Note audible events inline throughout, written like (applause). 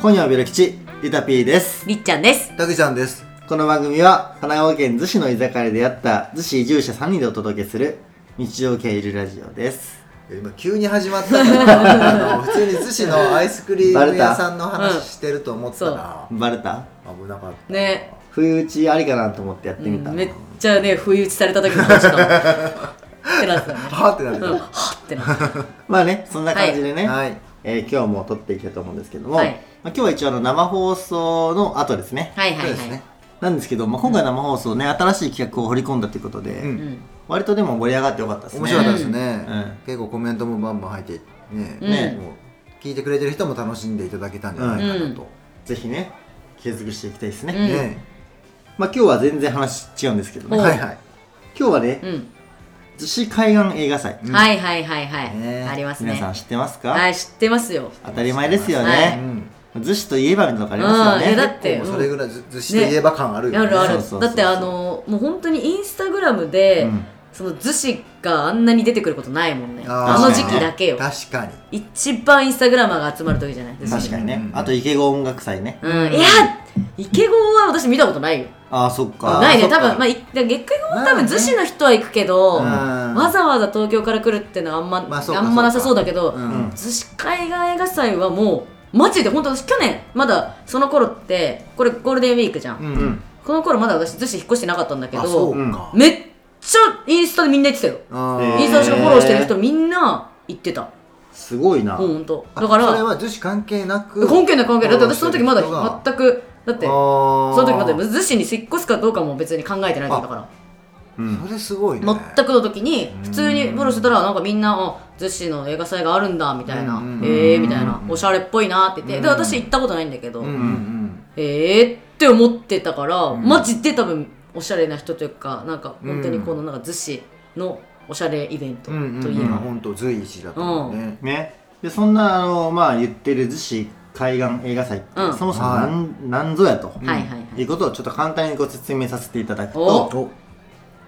今夜はベロ吉ゆたぴーですりっちゃんです。たけちゃんです。この番組は神奈川県逗子の居酒屋で出会った逗子移住者3人でお届けする日常系ゆるラジオです今急に始まったから、あの普通に寿司のアイスクリーム屋さんのバレた話してると思ったら、バレた危なかった。ね。不意打ちありかなと思ってやってみた、めっちゃね、不意打ちされた時の話かも。 (laughs) ってなってたね。はーってなってうん、はっってなってまあねそんな感じでね、た。はい。えー今日も撮っていきたいと思うんですけども、はいまあ、今日は一応あの生放送の後ですねた。はいはそういではすいね。。なんですけど、まあ、今回生放送ね、新しい企画を掘り込んだということで、うんうん。割とでも盛り上がってよかったですね面白かったですねうんうん。結構コメントもバンバン入ってね、ねもう聞いてくれてる人も楽しんでいただけたんじゃないかなと。ぜひね継続していきたいですね、うんね。まあ今日は全然話違うんですけどねうんはいはい。今日はねう逗子海岸映画祭、ん。はいはいはいはねい。あります皆さんね。知ってますか、はい、知ってますよ。当たり前ですようねん。逗子といえばみたいなのがありますよね、うんいやだってもうそれぐらいず寿司といえば感あるよあね。るあそうるそうそうそう。だってあの、もう本当にインスタグラムでうん、その逗子があんなに出てくることないもんね。あーあの時期だけよ。確かに。一番インスタグラマーが集まる時じゃない確かにね、うんあと池郷音楽祭ね、うん。いや、池郷は私見たことないよ。ああそっかないねそっか多分まあい月下後まあもね多分逗子の人は行くけど、うんわざわざ東京から来るってのはあんま,、まああ、そうかんまなさそうだけどううんん。逗子、海岸映画祭はもうマジで本当私去年まだその頃ってこれゴールデンウィークじゃん、うんうんこの頃まだ私逗子引っ越してなかったんだけあ、そどうか。めっちゃインスタでみんな言ってたよ、あえーーインスタ私がフォローしてる人みんな言ってたすごいな、うんほんとだからそれは女子関係なく本家の関係だって私その時まだく全くだってそその時まだ逗子に引っ越すかどうかも別に考えてないんだからうんそれすごいね全くの時に普通にフォローしてたらなんかみんなあ「逗子の映画祭があるんだ」みたいなう「んええ」みたいな「おしゃれっぽいな」って言ってでうん私行ったことないんだけどうんうん「ええ」って思ってたからマジで多分おしゃれな人というかなんか本当にこのなんか逗子のおしゃれイベントうんうんといえうんば本当随一だったもんねねでそんなあのまあ言ってる逗子海岸映画祭って、うんそもそもなん,、なんぞやと、はいはいはいいうことをちょっと簡単にご説明させていただくおと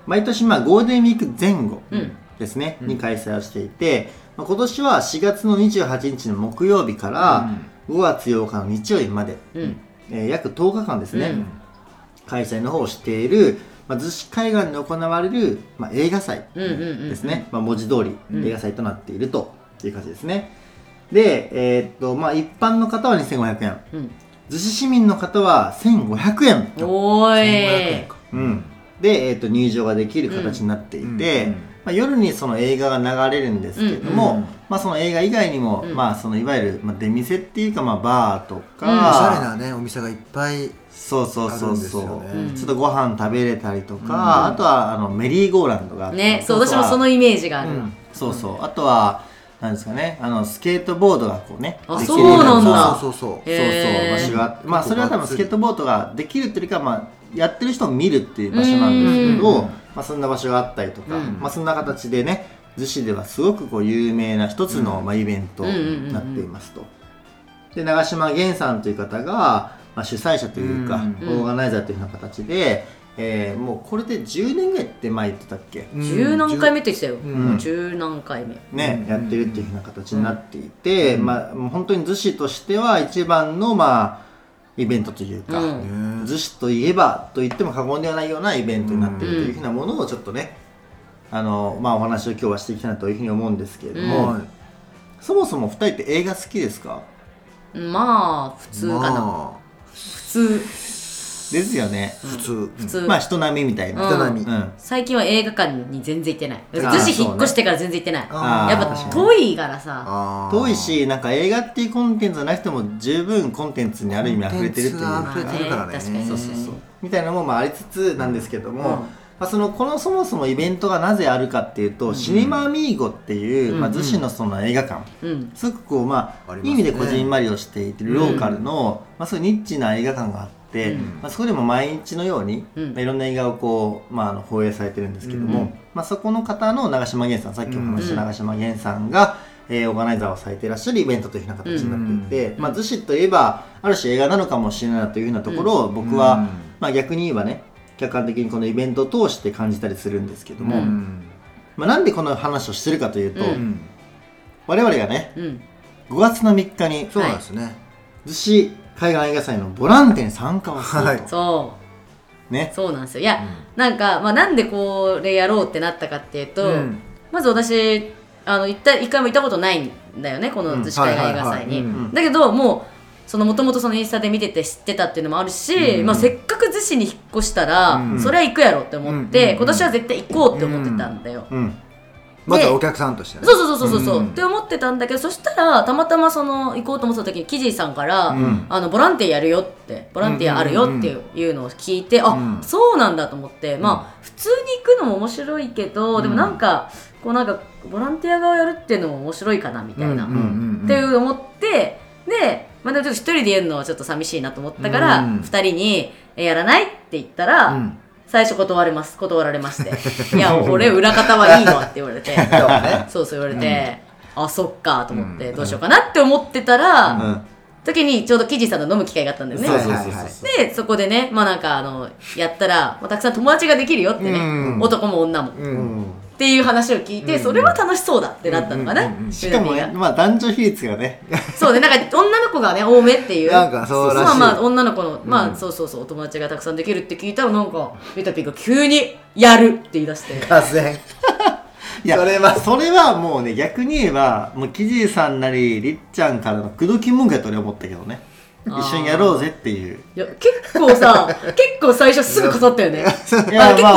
毎年まあゴールデンウィーク前後うんですね、うんに開催をしていて、まあ、今年は4月の28日の木曜日から5月8日の日曜日まで、うんえー約10日間ですね、うん開催の方をしている、まあ、逗子海岸で行われる、まあ、映画祭うんうんうんですね、まあ、文字通りうん映画祭となっているという感じですね、で、えーっとまあ、一般の方は2500円うん逗子市民の方は1500円、お1500ーい円かうん、で、えーっと入場ができる形になっていて、うんうんまあ、夜にその映画が流れるんですけれども、うんうんまあ、その映画以外にも、うんまあ、そのいわゆる、まあ、出店っていうか、まあ、バーとうんおしか、ゃれなねお店がいっぱいそうそうあるそうんですそう、ようねんちょっとご飯食べれたりとか、うあんとはあのメリーゴーランドがあったりねそうあと私はもそのイメージがあうるんそうそうあとはなんですかねあのスケートボードがこうねあできそるうなんだようそうそそうそううそうへー場所があってまあそれは多分スケートボードができるっていうか、まあ、やってる人を見るっていう場所なんですけど、うんまあ、そんな場所があったりとか、うんまあ、そんな形でね逗子ではすごくこう有名な一つの、まあ、イベントになっていますと。で長島源さんという方が、まあ、主催者というか、うんうんオーガナイザーというような形で、えーもうこれで10年ぐらいって前言ってたっけうん十何回目って言ってたようん十何回目ね、うんやってるっていうふうな形になっていて、まあ、もう本当に逗子としては一番の、まあ、イベントというか、うんね逗子といえばと言っても過言ではないようなイベントになっているというふうなものをちょっとね、あのまあ、お話を今日はしていきたいなというふうに思うんですけれども、はいそもそも2人って映画好きですかまあ普通かなまあ普通ですよね、普通普通まあ人並みみたいな、人並みうん最近は映画館に全然行ってないー女子引っ越してから全然行ってない、あーやっぱ確かに遠いからさあー遠いしなんか映画っていうコンテンツじゃなくても十分コンテンツにある意味溢れてるっていうコンテンツがか溢れてるかまあらねね確かにそうそうそうみたいなのもまあありつつなんですけども、うんまあ、そのこのそもそもイベントがなぜあるかっていうと、シネマアミーゴっていう、うんまあ、逗子のその映画館、うんすごくこうまあありますねいい意味でこじんまりをしていてるローカルの、まあ、そういうニッチな映画館があって、うんまあ、そこでも毎日のように、うんまあ、いろんな映画をこう、まあ、あの放映されてるんですけども、うんまあ、そこの方の長島源さんさっきお話ししうんた長島源さんが、えーオーガナイザーをされていらっしゃるイベントというふうな形になっていて、うんまあ、逗子といえばある種映画なのかもしれないなというふうなところを僕は、うんまあ、逆に言えばね客観的にこのイベントを通して感じたりするんですけども、うまあ、なんでこの話をしてるかというと、ううん我々がねうん5月の3日にそうなんですね逗子海岸映画祭のボランティアに参加をすると、はいそうねそうなんですよいや、なんか、まあ、なんでこれやろうってなったかっていうと、うんまず私あの行った一回も行ったことないんだよねこうんの逗子海岸映画はいはい祭はいに、うんだけどもうそのもともとそのインスタで見てて知ってたっていうのもあるし、うんまあ、せっかく逗子に引っ越したら、うんそれは行くやろって思って、うんうんうん今年は絶対行こうって思ってたんだよ、うんまずはお客さんとしてねそうそうそうそうそう、うんって思ってたんだけどそしたらたまたまその行こうと思ってた時にキジさんから、んあのボランティアやるよってボランティアあるよっていう,、のを聞いてあ、うんそうなんだと思ってまあ普通に行くのも面白いけど、でもなんかこうなんかボランティア側やるっていうのも面白いかなみたいな、うんっていう思ってで,、まあ、でもちょっと一人でやるのはちょっと寂しいなと思ったから、う二ん人にえやらないって言ったら、うん最初断れます断られましていや俺裏方はいいのって言われてそうねそうそう言われて、あそっかと思って、どうしようかなって思ってたら、うん時にちょうどキジさんと飲む機会があったんだよねそうそうそうそうでそこでねまあなんかあのやったら、まあ、たくさん友達ができるよってね、うん男も女も、っうんていう話を聞いて、それは楽しそうだってなったのかな、うんうんうんうんしかもね、まあ、男女比率がねそうね、なんか女の子がね、多めっていう。なんかそうらしいまあまあ、女の子の、まあ、そうそうそう、お友達がたくさんできるって聞いたら、なんか、ゆたぴが急に、やるって言い出して。がぜ (laughs) いやそれはそれはもうね逆に言えばもうキジさんなりりっちゃんからの口説き文句やと俺は思ったけどねあー一緒にやろうぜっていういや、結構さ、結構最初すぐ飾ったよね。いあ結構、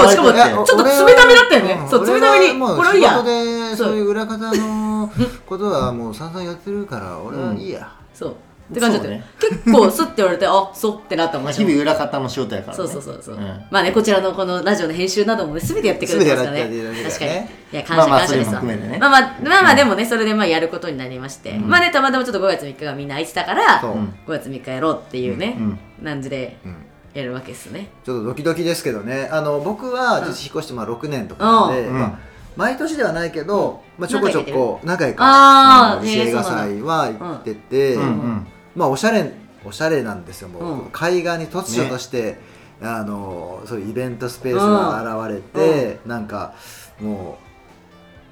しかも、割とねちょっと冷ためだったよね。そう、冷ために、もうこれはいい仕事や。でそういう裏方のことはもう散々やってるから俺はいいやそう。って感じだったよ、ねそ結構、すって言われて、あ、そうってなったもん、ま (laughs) あ私日も々裏方の仕事やから、ね、そうそうそうそう、んまあねこちらのこのラジオの編集などもね全てやってくれてますからね全てやってくれ確かてるにねいや感謝まあまあ感謝ですわそれも含めてねまあまあまあまあでもねそれでまあやることになりまして、まあねたまたまちょっと5月3日がみんな空いてたからそう5月3日やろうっていうね、うん感じでうんやるわけですねちょっとドキドキですけどねあの僕は逗子引っ越してまあ6年とかなんで、うんまうんあ、毎年ではないけど、まあ、ちょこちょこ何回あーかうんね映画祭は行ってて、うんうんまあおしゃれおしゃれなんですよもう、うん海岸に突如として、あのそういうイベントスペースが現れて、なんかも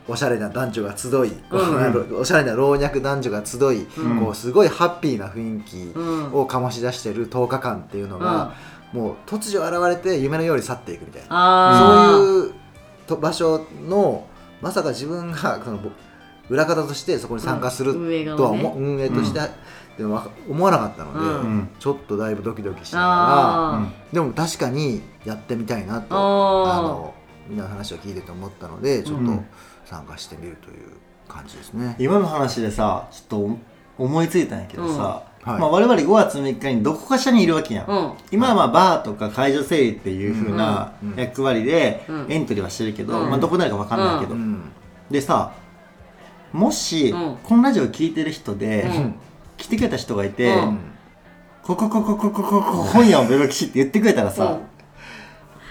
うおしゃれな男女が集い、こう (laughs) おしゃれな老若男女が集い、うんこうすごいハッピーな雰囲気うんを醸し出してる10日間っていうのが、もう突如現れて夢のように去っていくみたいなああそういうと場所のまさか自分がそのぼ裏方としてそこに参加する運営側とはね思、運営として、でもわか思わなかったので、うんうんちょっとだいぶドキドキしながあうらでも確かにやってみたいなーとああのみんなの話を聞いてて思ったのでちょっうとん参加してみるという感じですね。今の話でさちょっと思いついたんやけどさ、うんはいまあ、我々5月3日にどこかしらにいるわけやん、ーうん今はまあバーとか会場整理っていう風なうんうん役割でうんエントリーはしてるけど、うんまあ、どこになるか分かんないけど、うんでさもし、うんこのラジオ聞いてる人で、うん来てくれた人がいて、うんここここここここ本屋をベロキシって言ってくれたらさ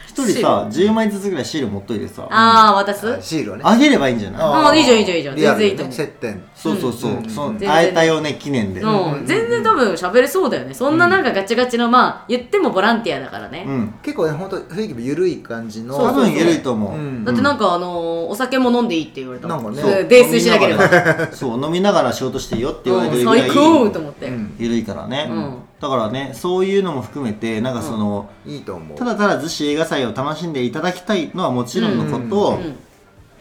一、人さ10枚ずつぐらいシール持っといてさああ渡すあシールをねあげればいいんじゃないあーいいじゃんいいじゃんいいじゃんリアルに全然いいと接点そうそうそう、うんその全然会えたよね記念で、うん、全然多分喋れそうだよねそんななんかガチガチのまあ言ってもボランティアだからね、うん、結構ね本当雰囲気も緩い感じの多分緩いと思う、うんだってなんかあのーお酒も飲んでいいって言われたもなんかねそうそう泥酔しなければ飲みながらそう飲みながら仕事していいよって言われてうんるぐらい最高と思って、うん緩いからね、うんだからねそういうのも含めてなんかその、いいと思うただただ逗子映画祭を楽しんでいただきたいのはもちろんのこと、うん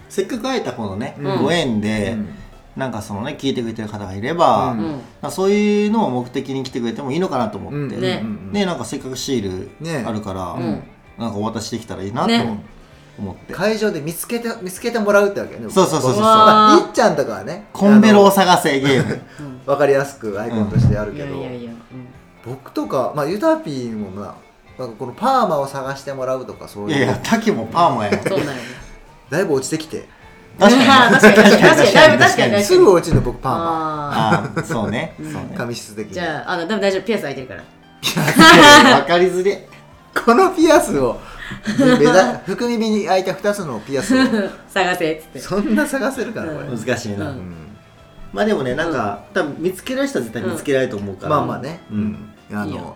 せっかく会えたこのね、うんご縁で、うんなんかそのね聞いてくれてる方がいれば、うんうまんあそういうのを目的に来てくれてもいいのかなと思って、うんねうんねなんかせっかくシーねルあるから、うんなんかお渡しできたらいいなとね思って、会場で見つけて見つけてもらうってわけねそうそうそうそううわーりっちゃんとかはねコンベロをあ探せゲームうんのわかりやすくアイコンとしてあるいけやど、いやいや、僕とかまあユタピーもななんかこのパーマを探してもらうとかそういいやういや竹もパーマやんうん、そうなのよねだいぶ落ちてきて確 (laughs) かに確かに確かにだいぶ確かに大すぐ落ちるの僕パーマあああそうねそうねー髪質的ーにじゃああのでも大丈夫ピアス開いてるから (laughs) (laughs) 分かりづれこのピアス (laughs) を目だ含みに開いた2つのピア (laughs) スを探せっつってそんな探せるかなこれ、う難しいな、うんうんまあでもねなんか、多分見つけられる人は絶対見つけられると思うから、まあまあね、うんあいいのよ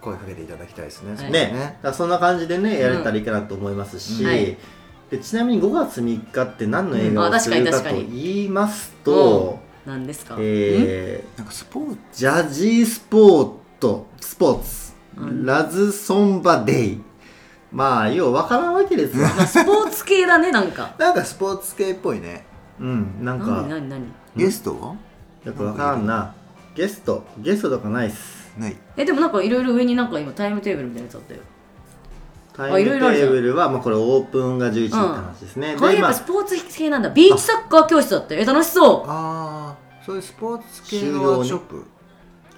声かけていただきたいですね、いそねうだからそんな感じでねやれたらいいかなと思いますし、うんはいでちなみに5月3日って何の映う画んをあす確かるにか確とかに言いますと、何ですか、えーなんかスポーツジャジースポートスポーツ、ラズソンバデイまあようわからんわけですよスポーツ系だねなんかなんかスポーツ系っぽいね (laughs) うんなん何か何何ゲゲスストはよくわからんなゲストゲストとかないっすないえでもなんかいろいろ上になんか今タイムテーブルみたいなやつあったよタあイいムテろいろあるじゃんーブルはまあこれオープンが11時って話ですね、これでやまっあぱスポーツ系なんだビーチサッカー教室だってえ楽しそうああそういうスポーツ系のワークショップ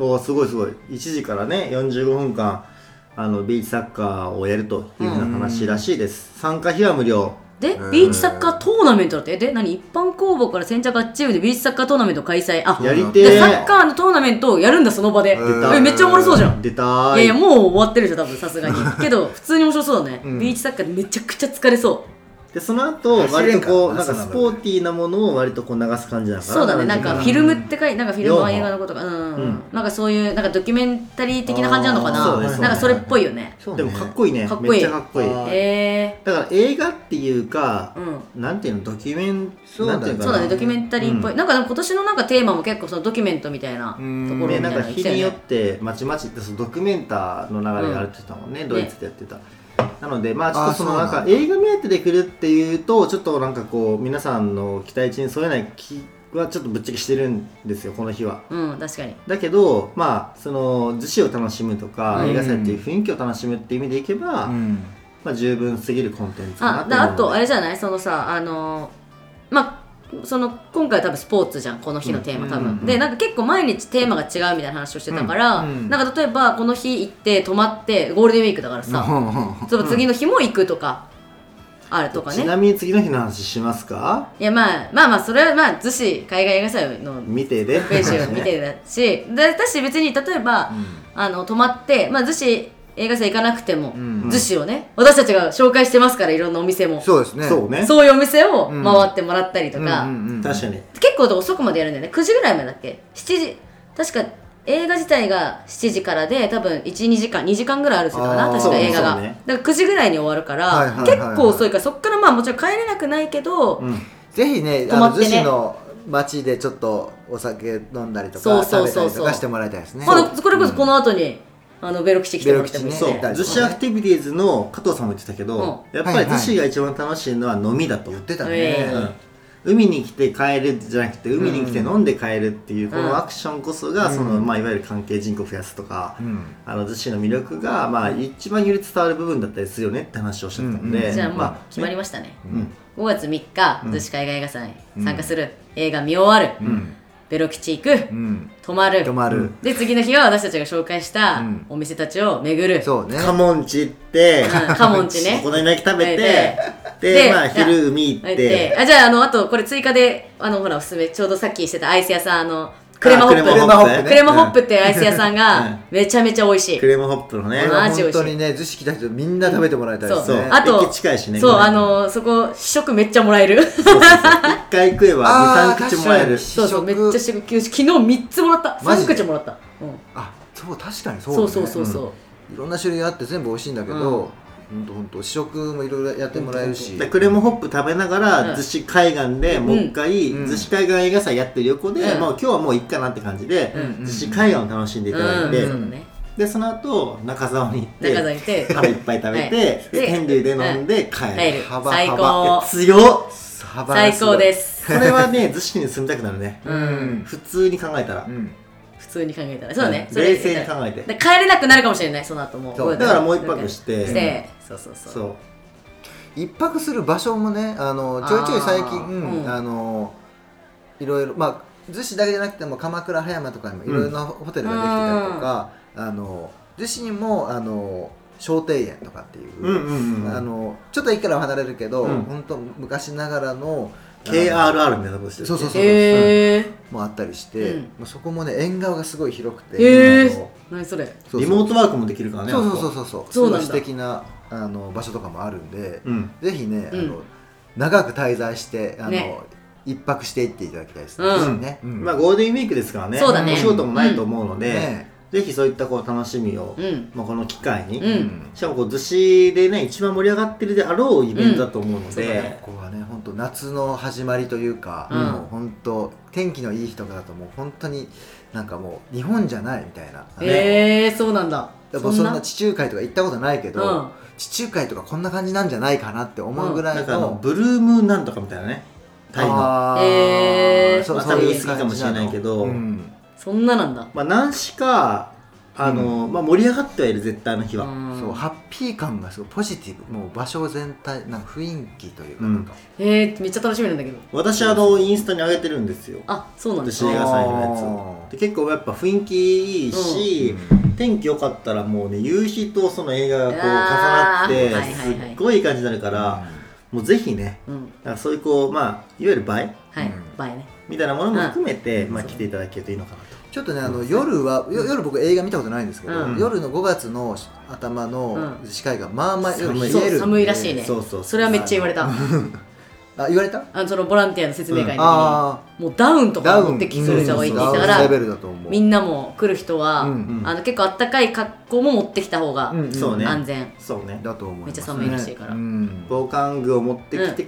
おーすごいすごい1時からね45分間あのビーチサッカーをやるというふうな話らしいです、参加費は無料でービーチサッカートーナメントだってえで何一般公募から先着8チームでビーチサッカートーナメント開催あやりてじーゃあサッカーのトーナメントをやるんだその場でへーえめっちゃおもろそうじゃん出たーいやいやもう終わってるでしょ多分さ (laughs) すがにけど普通に面白そうだね、ビーチサッカーでめちゃくちゃ疲れそでその後走れ割んとかこうななんかそうなスんだねポーティーなものを割とこう流す感じだうからそうだねなんかフィルムって書いてなんかフィルムはうん映画のことかうん、うんなんかそういうなんかドキュメンタリー的な感じなのかあーな、そうねそうねなんかそれっぽいよねそでもかっこいいねかっこいいめっちゃかっこいいあーえだから映画っていうかー、、うんなんていうのドキュメンそうだなねんていうのそうかだなねドキュメンタリーっぽい、うなんかでも今年のなんかテーマも結構そのドキュメントみたいなとこうんろみたねいななんかの来日たによよっねてまちまちってそのドキュメンターの流れがあるって言ってたもんね、ドイツでやってた、なのでまあちょっとそのなあーんそうかなんだ映画目当てで来るっていうとちょっとなんかこう皆さんの期待値に添えない気はちょっとぶっちゃけしてるんですよこの日はうん確かにだけどまあその樹脂を楽しむとか、うん映画祭っていう雰囲気を楽しむっていう意味でいけば、うんまあ、十分すぎるコンテンツかなあだあと思うとあのでれじゃないそのさあのーまあその今回は多分スポーツじゃんこの日のテーマうん多分、うんでなんか結構毎日テーマが違うみたいな話をしてたから、うんうんなんか例えばこの日行って泊まってゴールデンウィークだからさ、その次の日も行くとか、あるとかちなねみに次の日の話しますかいやまあまあまあそれはまあ逗子海外映画祭の見てでページを見てだしだだし別に例えば、あの泊まって、まあ、逗子映画祭行かなくてもうん逗子、をね私たちが紹介してますからいろんなお店もそそうですねねそうねういうお店を回ってもらったりとか、確かに結構遅くまでやるんだよね9時ぐらいまでだっけ7時確か映画自体が7時からで多分12時間2時間ぐらいあるんですよかなあー確か映画がそうねだから9時ぐらいに終わるから、はいはいはいはい結構遅いからそっからまあもちろん帰れなくないけど、うんぜひね泊あまのって逗ね子の街でちょっとお酒飲んだりとそうかそう食べたそうそうりとかしてもらいたいですねまあこれこそこの後に、あのベロ吉来てもらってもいいしそベうロ吉ね逗子アクティビティーズの加藤さんも言ってたけど、やっぱはいりは逗い子が一番楽しいのは飲みだと、言ってたえねえうん海に来て帰るじゃなくて海に来て飲んで帰るっていうこうんのアクションこそが、うんそのまあ、いわゆる関係人口増やすとか、うんあの逗子の魅力が、まあ、一番より伝わる部分だったりするよねって話をおっしゃってたので、うんじゃあもうまあ決まりましたね、うん5月3日うん逗子海外映画祭うん参加する、映画見終わる、うんベロ吉行くうん泊まる泊まるで次の日は私たちが紹介したうんお店たちを巡る、そうねカモンチ行って、うんカモン (laughs) チねお好み焼き食べて、でででまあ昼海行っでてあじゃああのあとこれ追加であのほらおすすめちょうどさっきしてたアイス屋さんあのクレマホッあプククレレママホホップねップ,、ってアイス屋さんうがんめちゃめちゃ美味しい、クレームホップのねうわマジ美本味しい当にね逗子来た人みんな食べてもらいたいですそうねあと駅近いしねそうこれあのそこ試食めっちゃもらえるそうそうそう一回食えばあー23口もらえる確かに (laughs) そうそうめっちゃ試食昨日3つもらったマジ3で口もらった、うんあそう確かにそうだそねうそうそうそう、いろんな種類あって全部美味しいんだけど本当本当試食もいろいろやってもらえるしでクレモホップ食べながうんら逗子海岸でんもう一回うん逗子海岸映画祭やってる横でうんもう今日はもういっかなって感じでうん逗子海岸を楽しんでいただいてうん、そうだねでその後中沢に行って中澤にいて腹いっぱい食べてはいでで天竜で飲んで帰帰るる幅最いや高強っ幅が最すご高いですこれは (laughs) ね逗子に住みたくなるねううんん普通に考えたらうん普通に考えたらそうだねうんそれ冷静に考えでて帰れなくなるかもしれないその後もそうだからもう一泊ししてそうそうそうそう一泊する場所もねあのちょいちょい最近ああ、ーうんのいろいろまあ逗子だけじゃなくても鎌倉葉山とかにもいろいろなホテルができてたりとか、あの逗子にもあの商庭園とかっていう、うんうんうあんのちょっと駅から離れるけど、うん本当昔ながらのあの KRR みたいなことしてるそうそうそう、へえもあったりして、うんもうそこもね縁側がすごい広くて、へーあの何それそうそうリモートワークもできるからねそうそううそうそうそそううなんだ素敵なあの場所とかもあるんで、うんぜひね、うんあの長く滞在してあの、ね一泊していっていただきたいですね。うんぜひねまあゴールデンウィークですからねそうだねお仕事もないと思うので、ねぜひそういったこう楽しみを、うんまあ、この機会に、うんしかもこう逗子でね一番盛り上がってるであろうイベントだと思うのうんそうだねで、ここはね本当夏の始まりというか、うんもう本当天気のいい日とかだともう本当になんかもう日本じゃないみたいな、ねええー、そうなんだやっぱそんな地中海とか行ったことないけど、うん地中海とかこんな感じなんじゃないかなって思うぐらないんかあのの、ブルームーンなんとかみたいなねタイのあーえーまあ多分い言い過ぎかもしれないけどうんそんななんだまあ、何しかあの、まあ、盛り上がってはいる絶対あの日は、んそうハッピー感がすごいポジティブもう場所全体なんか雰囲気というかうんなんか、えー、めっちゃ楽しみなんだけど私あのインスタに上げてるんですよあそうなんだ私映画祭のあやつで結構やっぱ雰囲気いいし、天気良かったらもうね夕日とその映画がこう重なっあーてはいすはいはいっごいいい感じになるから、もうぜひねうんなんかそういうこうまあいわゆる映えはい、うんバイねみたいなものも含めて、うんまあ、来ていただけるといいのかなと。ちょっとねあの夜はよ夜僕映画見たことないんですけど、うん夜の5月の頭のうん視界がまあまあ夜冷えるんそうで寒いらしいねそうそうそれはめっちゃ言われたあ言われたあのそのボランティアの説明会の時に、あもうダウンとーダかウ持ンってきてくれた方がいいって言ったかダウンレらベルだと思うみんなも来る人は、うんうんあの結構あったかい格好も持ってきた方がうんうんそうね安全、そうねだと思いますめっちゃ寒いらしいからうん防寒具を持ってきて、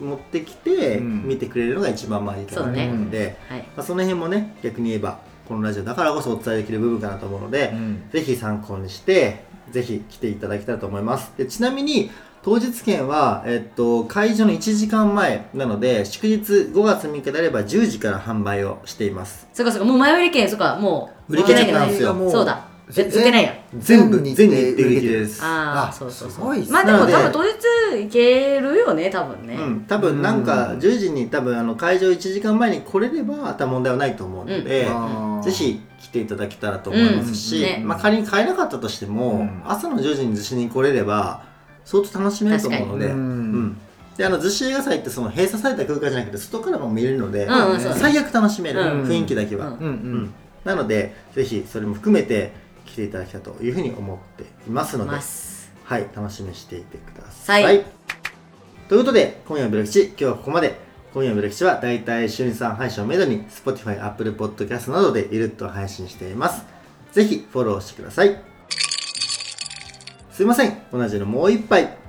持ってきて、うん見てくれるのが一番まあいいかなと思うので、はいまあ、その辺もね逆に言えばこのラジオだからこそお伝えできる部分かなと思うので、うんぜひ参考にしてぜひ来ていただきたいと思いますでちなみに当日券は、えっと、会場の1時間前なので祝日5月3日であれば10時から販売をしていますそうかそうかもう前売り券そうかもう売り切れないちゃったんですよ売り切れないそうだぜ売ってないや全部日全程日程売り切れですあああそうそうすそうごいっすねまあでなもので多分当日行けるよね多分ね、うん、多分なんかうん10時に多分あの会場1時間前に来れれば多分問題はないと思うので、あーぜひ来ていただけたらと思いますし、うんねまあ、仮に買えなかったとしても、うん朝の10時に逗子に来れれば相当楽しめると思うので。うんうんであの逗子映画祭ってその閉鎖された空間じゃなくて外からも見れるので、うんうんそうだね最悪楽しめる、うん雰囲気だけは、うんうんううんんなのでぜひそれも含めて来ていただきたいというふうに思っていますのでますはい、楽しみにしていてください。はいということで、今夜のブレキチ、今日はここまで。今夜のブレキチは、だいたい週に3配信をめどに、Spotify、Apple Podcast などでゆるっと配信しています。ぜひ、フォローしてください。すいません、同じのもう一杯。